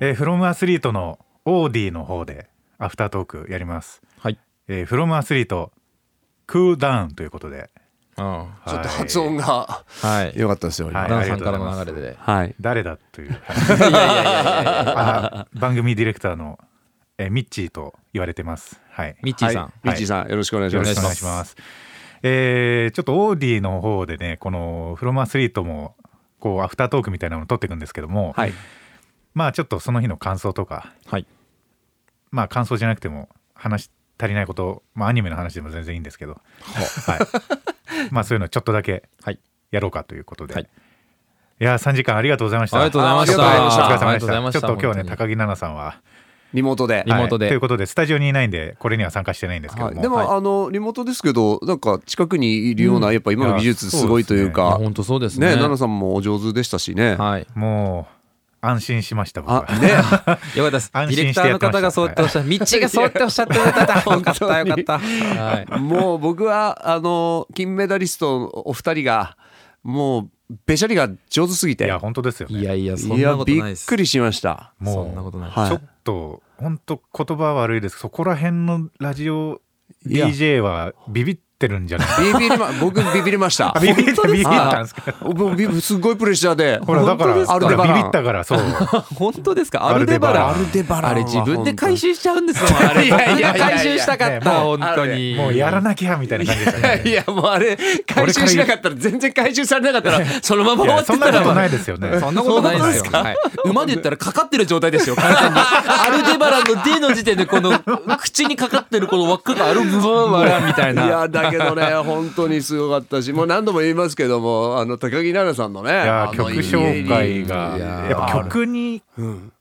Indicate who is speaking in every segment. Speaker 1: えー、フロムアスリートのオーディの方でアフタートークやります。
Speaker 2: はい
Speaker 1: えー、フロムアスリートクールダウンということで、
Speaker 2: あ
Speaker 1: ち
Speaker 3: ちょっと発音が
Speaker 2: あはい
Speaker 4: よかったですよ、今
Speaker 1: はい
Speaker 2: ダンさんからの流れで
Speaker 5: はい。
Speaker 1: 誰だというあ番組ディレクターの、えーミッチーと言われてます。はい、
Speaker 2: ミッチーさん、
Speaker 5: はいミッチーさん、よろしくお願いし
Speaker 1: よ
Speaker 5: ます。
Speaker 1: ろしくお願いします。えーちょっとオーディの方でねこのフロムアスリートもこうアフタートークみたいなのを撮っていくんですけども、
Speaker 5: はい。
Speaker 1: まあちょっとその日の感想とか
Speaker 2: はい
Speaker 1: まあ感想じゃなくても話し足りないこと、まあ、アニメの話でも全然いいんですけど、はい、 まあそういうのちょっとだけ
Speaker 2: はい
Speaker 1: やろうかということで、、
Speaker 2: はいい
Speaker 1: やー3時間ありがとうございました
Speaker 2: ありがとうございました
Speaker 1: あーお疲
Speaker 2: あ
Speaker 1: れ様
Speaker 2: りが
Speaker 1: で
Speaker 2: と
Speaker 1: し
Speaker 2: うござ
Speaker 1: た
Speaker 2: いました
Speaker 1: ちょっと今日は
Speaker 2: 本当
Speaker 1: ね高
Speaker 2: に
Speaker 1: 木奈々さんは
Speaker 3: リモートで
Speaker 2: リ。モートで
Speaker 1: はいということでスタジオにいないんでこれには参加してないんですけども、
Speaker 3: は
Speaker 4: でも、
Speaker 2: はい
Speaker 4: あのリモートですけどなんか近くにいるような、やっぱ今の技術すごいという
Speaker 2: いや
Speaker 4: かね
Speaker 2: 本当そうですね
Speaker 4: 奈々さんもお上手でしたしね、
Speaker 2: はい
Speaker 1: もう安心しました僕は
Speaker 4: あね
Speaker 2: よかったです。デ
Speaker 1: 安
Speaker 2: ィ
Speaker 1: 心して
Speaker 2: レクターの方がそうやっておっしゃる。道がそうやっておっしゃってくれたら、よかった、よかった。はい。
Speaker 4: もう僕はあの金メダリストのお二人がもうべしゃりが上手すぎて
Speaker 1: いや本当ですよね
Speaker 2: いやいや、そん
Speaker 4: い
Speaker 2: な
Speaker 4: や
Speaker 2: こと
Speaker 4: び
Speaker 2: ないで
Speaker 4: っ
Speaker 2: す。
Speaker 4: くりしました
Speaker 1: もう
Speaker 2: そんなことない。
Speaker 4: はい
Speaker 1: ちょっと本当言葉悪いですそこら辺のラジオ
Speaker 4: いや
Speaker 1: DJ はビビってる んじゃない
Speaker 4: ビビり ま僕ビビりました
Speaker 1: あビビったビビったんですか
Speaker 4: 僕ビビすっごいプレッシャーで
Speaker 1: ほらだか
Speaker 4: 本当です
Speaker 1: ら
Speaker 4: アルデバ
Speaker 1: ビ
Speaker 4: ラン
Speaker 1: ビったからそう
Speaker 2: 本当ですかアルデバラン。
Speaker 1: アル
Speaker 4: デバラン
Speaker 2: あれ自分で回収しちゃうんですよ。あれ。
Speaker 4: いやいやいやいや
Speaker 2: 回収したかっ
Speaker 1: ね
Speaker 2: た、
Speaker 1: も
Speaker 2: 本当に。
Speaker 1: もうやらなきゃみたいな感じでしたね
Speaker 4: いやもうあれ回収しなかったら全然回収されなかったらそのまま
Speaker 1: い
Speaker 4: 終わ
Speaker 1: や
Speaker 4: って
Speaker 1: そん
Speaker 4: た
Speaker 1: なこと
Speaker 4: ら
Speaker 1: ないですよね
Speaker 2: そんなことないですよ。はい馬で言ったらかかってる状態ですよ、完 全に。アルデバランの D の時点で、この、口にかかってるこの輪っかがあるブワーみたい
Speaker 4: い
Speaker 2: な。
Speaker 4: やだけどね 本当にすごかったしもう何度も言いますけどもあの高木奈々さんのね
Speaker 1: いや
Speaker 4: あの
Speaker 1: 曲紹介が
Speaker 2: いや
Speaker 1: やっぱ曲に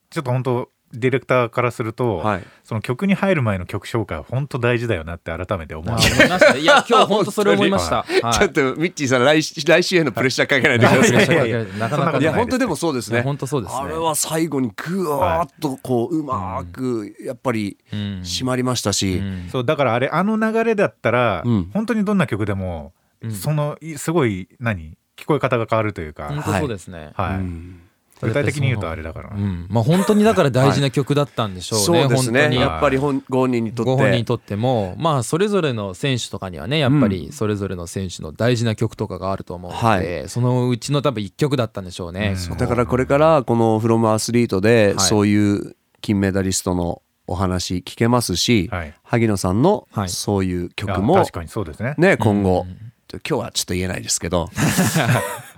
Speaker 1: ちょっと本当ディレクターからすると、
Speaker 4: はい
Speaker 1: その曲に入る前の曲紹介は本当大事だよなって改めて思う
Speaker 2: あ思いました いや、今日本当それ思いました。
Speaker 4: ちょっとミッチーさん来来週へのプレッシャーかけないでください
Speaker 2: いやいやいや
Speaker 1: そん
Speaker 2: な
Speaker 1: なこ
Speaker 2: かな
Speaker 1: と
Speaker 2: か
Speaker 1: ないい
Speaker 4: や
Speaker 2: や
Speaker 4: 本当でもそうですね
Speaker 2: 本当そうですね。
Speaker 4: あれは最後にぐわーっとこううまーくやっぱり締まりましたし、
Speaker 1: そうだからあれあの流れだったら、
Speaker 4: うん
Speaker 1: 本当にどんな曲でも、そのいすごい何聞こえ方が変わるというか、
Speaker 2: 本当そうですね。
Speaker 1: はい具体的に言うとあれだから、
Speaker 2: うん、まあ本当にだから大事な曲だったんでしょうね、
Speaker 4: そうです
Speaker 2: 本当
Speaker 4: ね
Speaker 2: に
Speaker 4: やっぱり本ご本人にとって
Speaker 2: ご本人にとってもまあそれぞれの選手とかにはねやっぱりそれぞれの選手の大事な曲とかがあると思うので、
Speaker 4: はい
Speaker 2: そのうちの多分一曲だったんでしょうね、そこ
Speaker 4: だからこれからこの「フロムアスリートで
Speaker 2: い
Speaker 4: そういう金メダリストのお話聞けますし、
Speaker 1: はい
Speaker 4: 萩野さんの
Speaker 2: はい
Speaker 4: そういう曲
Speaker 1: いや
Speaker 4: も
Speaker 1: 確かにそうですね
Speaker 4: ね今後、今日はちょっと言えないですけど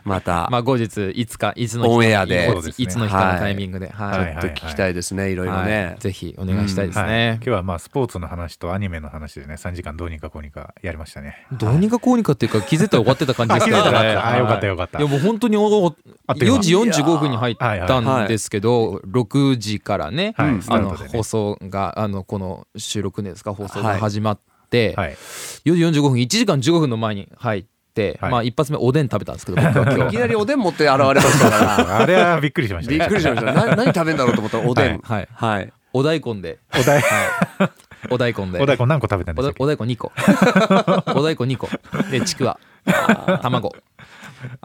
Speaker 4: また
Speaker 2: まあ後日いつかいつの日
Speaker 4: オンエアで
Speaker 2: いついつの日かのタイミングで、はい
Speaker 1: はい
Speaker 4: ちょっと聞きたいですねいろいろ
Speaker 2: はい
Speaker 4: ね。
Speaker 2: ぜひお願いしたいです
Speaker 1: はい、
Speaker 2: ね
Speaker 1: 今、日はまあスポーツの話とアニメの話でね3時間どうにかこうにかやりましたね
Speaker 2: どうにかこうにかっていうか気づいたら終わってた感じですけど
Speaker 1: あ気づいたら
Speaker 2: ね
Speaker 1: 終わってたあよかったよかった
Speaker 2: いやもう本当にお
Speaker 1: あっという間
Speaker 2: 4時45分に入っ
Speaker 1: はいはい
Speaker 2: たんですけど6時からね
Speaker 1: はい
Speaker 2: うん
Speaker 1: スタ
Speaker 2: あ
Speaker 1: ートで
Speaker 2: の
Speaker 1: ね
Speaker 2: 放送があのこの収録ですか放送
Speaker 4: は
Speaker 2: が
Speaker 4: い
Speaker 2: 始まって
Speaker 1: はい
Speaker 2: 4時45分1時間15分の前に入って
Speaker 1: はい
Speaker 2: まあ一発目おでん食べたんですけど僕 は今
Speaker 4: い
Speaker 2: 日
Speaker 4: きなりおでん持って現れましたから
Speaker 1: あれはびっくりしました
Speaker 4: びっくりしましたな何食べんだろうと思ったらおでん
Speaker 2: はい
Speaker 4: はい
Speaker 2: お大根で
Speaker 1: お大
Speaker 2: はいお大根 で
Speaker 1: お大根何個食べたんでし
Speaker 2: おだ
Speaker 1: たっけ
Speaker 2: お大根2個お大根2個でちくわ卵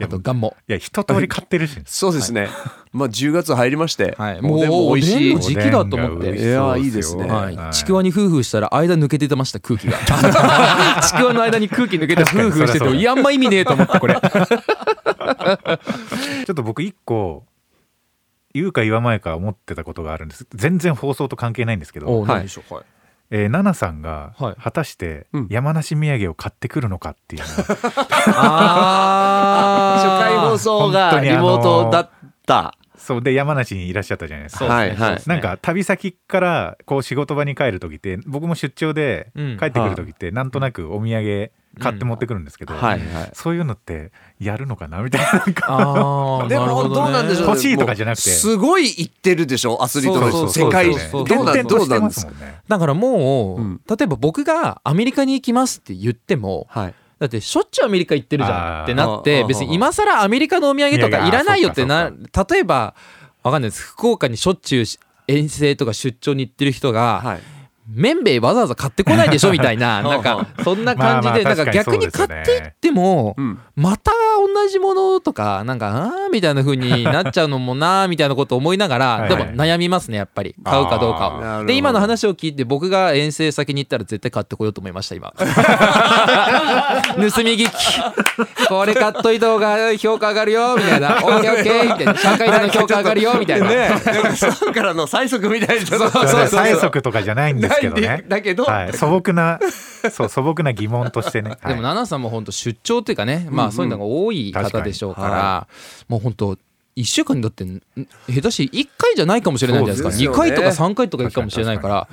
Speaker 2: あとガンモ
Speaker 1: いや一通り買ってるし
Speaker 4: そうですね、まあ10月入りまして、
Speaker 2: はい、
Speaker 4: もうで
Speaker 2: もう
Speaker 4: も
Speaker 2: お
Speaker 4: 美味し
Speaker 2: でん
Speaker 4: い
Speaker 2: の時期だと思っ
Speaker 1: おでんが美味
Speaker 2: て。
Speaker 1: し
Speaker 4: い
Speaker 1: そう
Speaker 4: やいい
Speaker 1: で
Speaker 4: ですす
Speaker 1: よ
Speaker 4: ね
Speaker 2: は
Speaker 1: はい
Speaker 2: い、ちくわにフーフーしたら間抜けてました空気がちくわの間に空気抜けてフーフーし
Speaker 1: 確かに
Speaker 2: て
Speaker 1: そりゃそう
Speaker 2: て
Speaker 1: だ
Speaker 2: いやあんま意味ねえと思ったこれ
Speaker 1: ちょっと僕一個言うか言わないか思ってたことがあるんです全然放送と関係ないんですけ
Speaker 2: お
Speaker 1: ど、
Speaker 2: う何でしょうはい
Speaker 1: えー、奈々さんが
Speaker 2: はい
Speaker 1: 果たして
Speaker 4: うん
Speaker 1: 山梨土産を買ってくるのかっていうの が、
Speaker 2: あ
Speaker 4: 初
Speaker 2: ー
Speaker 4: 回放送
Speaker 1: 本
Speaker 4: が
Speaker 1: 当に
Speaker 4: リ
Speaker 1: あの
Speaker 4: モートだった、
Speaker 1: そうで山梨にいらっしゃったじゃないですか。
Speaker 2: そうですね
Speaker 4: はいはい
Speaker 2: そうですね
Speaker 1: なんか旅先からこう仕事場に帰る時って僕も出張で
Speaker 2: うん
Speaker 1: 帰ってくる時ってなんとなくお土産買って持ってくるんですけど、
Speaker 4: はいはい
Speaker 1: そういうのってやるのかなみたいななんか
Speaker 2: あー
Speaker 4: で
Speaker 2: なるほ
Speaker 4: も
Speaker 2: ね
Speaker 4: どうなんでしょう
Speaker 1: 欲しいとかじゃなくて
Speaker 4: もうすごい言ってるでしょアスリート
Speaker 2: そう
Speaker 4: の
Speaker 2: そう
Speaker 4: 世界
Speaker 2: そうそう
Speaker 4: どうなん
Speaker 1: 転々
Speaker 4: どう
Speaker 1: として
Speaker 4: なん
Speaker 1: ま
Speaker 4: ですす
Speaker 1: も
Speaker 4: か
Speaker 1: んね。
Speaker 2: だからもう、
Speaker 4: うん
Speaker 2: 例えば僕がアメリカに行きますって言っても
Speaker 4: はい
Speaker 2: だってしょっちゅうアメリカ行ってるじゃん
Speaker 1: あー
Speaker 2: ってなっ
Speaker 4: あ
Speaker 2: て
Speaker 4: ー
Speaker 2: 別に今更アメリカのお土産とかいらないよってな例えばわかんないです福岡にしょっちゅう遠征とか出張に行ってる人が
Speaker 4: はい
Speaker 2: 麺べいわざわざ買ってこないでしょみた いななんかそんな感じで
Speaker 1: まあ
Speaker 2: な
Speaker 1: まあ確
Speaker 2: んか
Speaker 1: か
Speaker 2: 逆
Speaker 1: にそ
Speaker 2: に
Speaker 1: うですよ
Speaker 2: 買
Speaker 1: ね
Speaker 2: っていっても
Speaker 4: ん
Speaker 2: また同じものとかなんかあーみたいな風になっちゃうのもなーみたいなこと思いながら
Speaker 1: はい
Speaker 2: でも悩みますねやっぱり買うかどう
Speaker 4: あーなる
Speaker 2: か
Speaker 4: ほ
Speaker 2: を
Speaker 4: ど
Speaker 2: で今の話を聞いて僕が遠征先に行ったら絶対買ってこようと思いまし た今盗み聞きこれ買っといた方が評価上がるよみたいなオッケーオッケーみたいな社会の評価上がるよみたいな
Speaker 4: ねなんかそうからの最速みたいなそう
Speaker 1: それ催促とかじゃないんですけど
Speaker 4: ない
Speaker 1: ね
Speaker 4: んでだけど
Speaker 1: はい、素朴なそう素朴な疑問 としてね、はい
Speaker 2: でも奈々さんも本当出張っていうかね、まあそういうのが多い方でしょうから、
Speaker 4: 確かに
Speaker 2: もう本当1週間にだってん下手し1回じゃないかもしれないじゃないですか
Speaker 4: そうですよ
Speaker 2: 2
Speaker 4: ね
Speaker 2: 回とか3回とか行くかもしれないから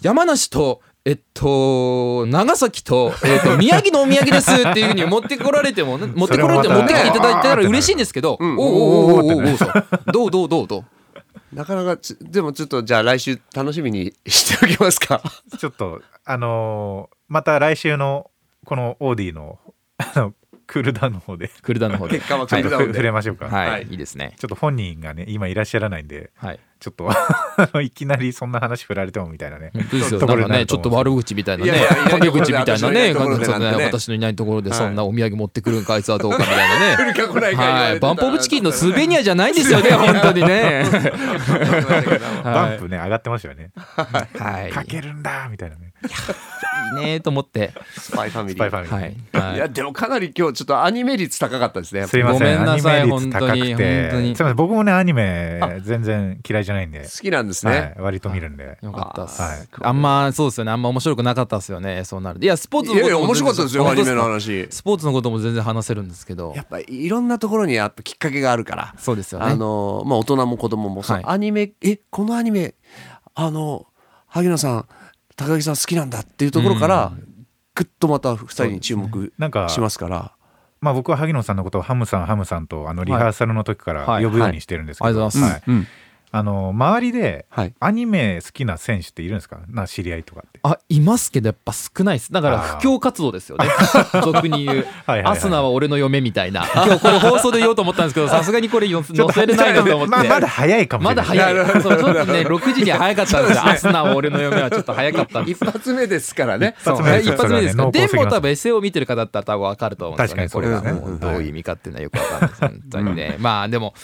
Speaker 2: 山梨とえっと長崎と,、えっと宮城のお土産ですっていうふうに持ってこられても持ってこられて
Speaker 1: それも
Speaker 2: も持
Speaker 1: またね
Speaker 2: ってきていただいたら嬉しいんですけど、おおおうおうおうおうおうそうどうどうどうどう
Speaker 4: なかなかちでもちょっとじゃあ来週楽しみにしておきますか
Speaker 1: ちょっとあのーまた来週のこのオーディのあのクールダウンの方で
Speaker 2: クルダンの方で
Speaker 4: 結果は
Speaker 1: ちょ
Speaker 4: クール
Speaker 1: っとふ
Speaker 4: ダウン
Speaker 1: 触れ
Speaker 4: で
Speaker 1: ましょうか、
Speaker 2: はい、、
Speaker 4: はいい
Speaker 2: いですね
Speaker 1: ちょっと本人がね今いらっしゃらないんで
Speaker 2: はい
Speaker 1: ちょっと あのいきなりそんな話振られてもみたいなね
Speaker 2: 本当ですよ。
Speaker 1: と
Speaker 2: な
Speaker 1: こ
Speaker 2: ん
Speaker 1: ろ
Speaker 2: か
Speaker 1: にな
Speaker 2: ね、
Speaker 1: る
Speaker 2: ちょっと
Speaker 1: 思うんで
Speaker 2: 悪口みたいなね
Speaker 4: いやいやいや、
Speaker 2: 陰口みたいなね、
Speaker 4: 私のいないところで
Speaker 2: そう
Speaker 4: な
Speaker 2: ね
Speaker 4: んてね
Speaker 2: 私のいないところでそんなお土産持ってくるんか、あいつはどうかみた いなね。
Speaker 4: 来るか来ないか言われ
Speaker 2: は
Speaker 4: てた
Speaker 2: い、バ
Speaker 4: ら
Speaker 2: ンポブチキン のスーベニアじゃないんですよね、本当にね。
Speaker 1: バンプね上がってますよね
Speaker 2: はい、
Speaker 1: かけるんだみたいなね
Speaker 2: いいねと思って。
Speaker 4: スパイファミ
Speaker 1: ス
Speaker 4: リ
Speaker 1: パ
Speaker 4: ー
Speaker 1: イファミリー、
Speaker 2: はい、はいい。
Speaker 4: やでもかなり今日ちょっとアニメ率高かったですね
Speaker 1: すいま
Speaker 2: ごめ
Speaker 1: せん
Speaker 2: ん
Speaker 1: ア
Speaker 2: な
Speaker 1: ニ
Speaker 2: さい
Speaker 1: メ率高くてすいま
Speaker 2: 本当に本当に
Speaker 1: せん僕もねアニメ全然嫌いじゃないんで、
Speaker 4: 好きなんです
Speaker 1: は
Speaker 4: ね
Speaker 1: い、、割と見るんで
Speaker 2: よかったっす、
Speaker 1: はい
Speaker 2: あんまそうですよねあんま面白くなかったっすよねそうなるいやスポーツ
Speaker 4: い
Speaker 2: の
Speaker 4: や
Speaker 2: こ
Speaker 4: いや
Speaker 2: とも
Speaker 4: 面白かったですよア
Speaker 2: 全然
Speaker 4: ニメの話
Speaker 2: スポーツのことも全然話せるんですけど
Speaker 4: やっぱいろんなところにやっぱきっかけがあるから
Speaker 2: そうですよね
Speaker 4: あのまあ大人も子供もそう
Speaker 2: はい
Speaker 4: アニメえこのアニメあの萩野さん高木さん好きなんだっていうところからぐっとまた二人に注目
Speaker 1: なんか
Speaker 4: しますから
Speaker 1: まあ、僕は萩野さんのことをハムさんハムさんとあのリハーサルの時から
Speaker 2: はい
Speaker 1: 呼ぶようにしてるんですけ
Speaker 2: はい
Speaker 1: ど
Speaker 2: ありがとうございます
Speaker 1: はいあの周りで
Speaker 4: はい
Speaker 1: アニメ好きな選手っているんですかな知り合いとかって。
Speaker 2: あいますけどやっぱ少ないですだから
Speaker 1: あー
Speaker 2: 布教活動です よね俗に言う
Speaker 1: はいはいはい
Speaker 2: アスナは俺の嫁みたいな今日これ放送で言おうと思ったんですけどさすがにこ れよ載せれないなと思って
Speaker 1: まあ、まだ早いかも
Speaker 2: ま
Speaker 1: しれ
Speaker 2: だ
Speaker 1: ない。
Speaker 2: 早いそうちょっとね6時には早かったんですよアスナは俺の嫁はちょっと早かったんです
Speaker 4: 一発目ですからね
Speaker 1: 一発
Speaker 2: は
Speaker 1: 目
Speaker 2: い一発目ですけ
Speaker 1: そ
Speaker 2: ど、
Speaker 1: れはね濃
Speaker 2: で
Speaker 1: 厚すぎ
Speaker 2: も
Speaker 1: ます
Speaker 2: 多分 SE を見てる方だったら多分分かると思うんですよね。こ
Speaker 1: 確
Speaker 2: れ
Speaker 1: かにそ
Speaker 2: が
Speaker 1: うですね
Speaker 2: もうどういう意味かっていうのはよく分かんないです。本当にね。まあでも、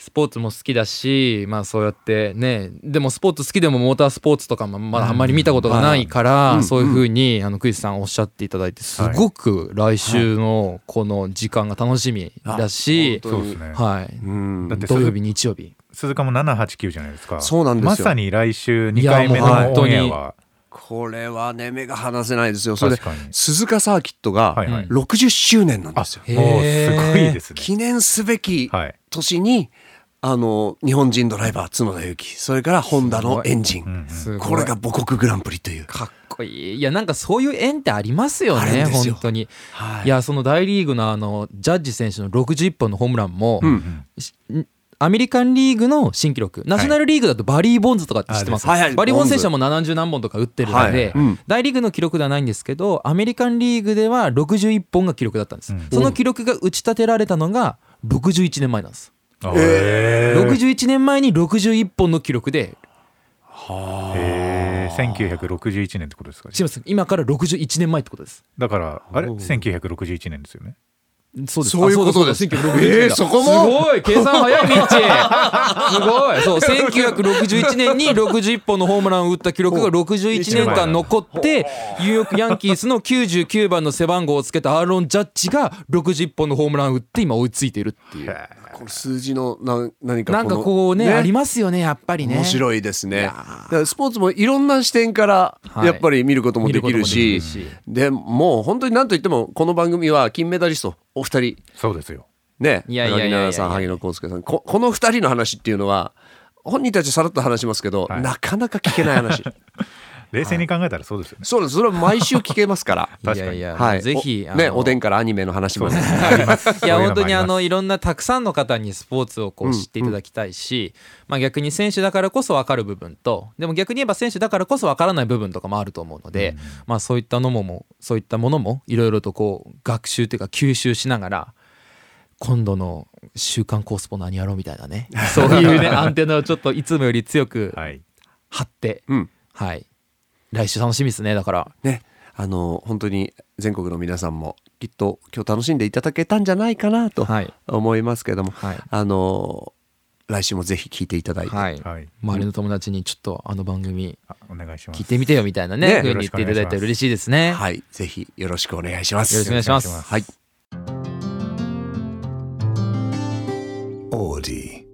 Speaker 2: スポーツも好きだし、まあそうやってね、でもスポーツ好きでもモータースポーツとかもまだあんまり見たことがないから、そういうふうにあのクイズさんおっしゃっていただいて、すごく来週のこの時間が楽しみだし、
Speaker 1: そうですね。
Speaker 2: はい。
Speaker 4: うん
Speaker 1: だって
Speaker 2: 土曜日、
Speaker 1: 鈴
Speaker 2: 日曜日。
Speaker 1: 鈴鹿も789じゃないですか。
Speaker 4: そうなんですよ
Speaker 1: まさに来週2回目
Speaker 2: いやもう
Speaker 1: の
Speaker 2: 本当
Speaker 1: オ
Speaker 2: に
Speaker 1: ンエアは。
Speaker 4: これはね目が離せないですよそれで
Speaker 1: 確かに
Speaker 4: 鈴鹿サーキットが
Speaker 1: はいはい
Speaker 4: 60周年なんですよ
Speaker 2: へー
Speaker 1: もうすごいですね。
Speaker 4: 記念すべき
Speaker 1: はい
Speaker 4: 年にあの日本人ドライバー角田裕樹それからホンダのエンジン
Speaker 2: すごい
Speaker 4: これが母国グランプリという
Speaker 2: かっこいいいやなんかそういう縁ってありますよ
Speaker 4: あるん
Speaker 2: ね
Speaker 4: ですよ
Speaker 2: 本当に、
Speaker 4: はい
Speaker 2: い、やその大リーグのあのジャッジ選手の61本のホームランも、しんアメリカンリーグの新記録ナショナルリーグだとバリー・ボンズとかって知ってま
Speaker 4: あです
Speaker 2: す、
Speaker 4: はいはい
Speaker 2: バリー・ボンズ選手はもう70何本とか打ってるの
Speaker 4: は
Speaker 2: で、
Speaker 4: いうん
Speaker 2: 大リーグの記録ではないんですけどアメリカンリーグでは61本が記録だったんです、その記録が打ち立てられたのが61年前なんです、
Speaker 1: あへー
Speaker 2: 61年前に61本の記録で
Speaker 1: へー1961年ってことですか
Speaker 2: すいません今から61年前ってことです
Speaker 1: だから、あれ ?1961 年ですよね。
Speaker 2: そうです。
Speaker 4: そういうことです
Speaker 2: あそうだそうだ1961
Speaker 4: えー
Speaker 2: だ
Speaker 4: そこも
Speaker 2: すごい計算早い ミッチすごいそう1961年に61本のホームランを打った記録が61年間残ってニューヨークヤンキースの99番の背番号をつけたアーロン・ジャッジが61本のホームランを打って今追いついているっていう
Speaker 4: この数字のな何か
Speaker 2: なんかこうねありますよねやっぱりね
Speaker 4: 面白いですねだからスポーツもいろんな視点から
Speaker 2: はい
Speaker 4: やっぱり見ることもできる
Speaker 2: 見
Speaker 4: し
Speaker 2: ることもできるし
Speaker 4: でもう本当に何と言ってもこの番組は金メダリストお二人
Speaker 1: そうですよ。
Speaker 4: ね
Speaker 2: いやいやいやい
Speaker 4: 高木菜
Speaker 2: や
Speaker 4: 那さん萩野公介さんここの二人の話っていうのは本人たちさらっと話しますけど、
Speaker 1: はい
Speaker 4: なかなか聞けない話
Speaker 1: 冷静に考えたらそうですよね。
Speaker 4: そうですそれは毎週聞けますから
Speaker 1: 確
Speaker 2: い
Speaker 1: かに
Speaker 2: やいや、
Speaker 4: はい
Speaker 2: ぜひ
Speaker 4: おねおで
Speaker 2: ん
Speaker 4: んからアニメの話もね
Speaker 1: あります
Speaker 2: いや本当にあ、
Speaker 1: そう
Speaker 2: のいろんなたくさんの方にスポーツをこう知っていただきたいし、まあ、逆に選手だからこそ分かる部分とでも逆に言えば選手だからこそ分からない部分とかもあると思うので、まあ、そういったのももそういったものもいろいろとこう学習というか吸収しながら今度の「週刊コースポ何やろう」みたい なねそういうねアンテナをちょっといつもより強く
Speaker 1: いうのもありますはい。
Speaker 2: 張って、
Speaker 4: うん
Speaker 2: はい来週楽しみですねだから
Speaker 4: ねあの本当に全国の皆さんもきっと今日楽しんでいただけたんじゃないかなと
Speaker 2: はい
Speaker 4: 思いますけども、
Speaker 2: はい
Speaker 4: あの来週もぜひ聞いていただいて、
Speaker 2: はい、
Speaker 1: はい
Speaker 2: 周りの友達にちょっとあの番組
Speaker 1: あお願いします
Speaker 2: 聞いてみてよみたいなね
Speaker 4: ね
Speaker 2: 風に言っていただいたら嬉しいですね
Speaker 4: はいぜひよろしくお願いします。
Speaker 2: よろしくお願いします
Speaker 1: よろしくお願いします
Speaker 4: はい
Speaker 5: オーディ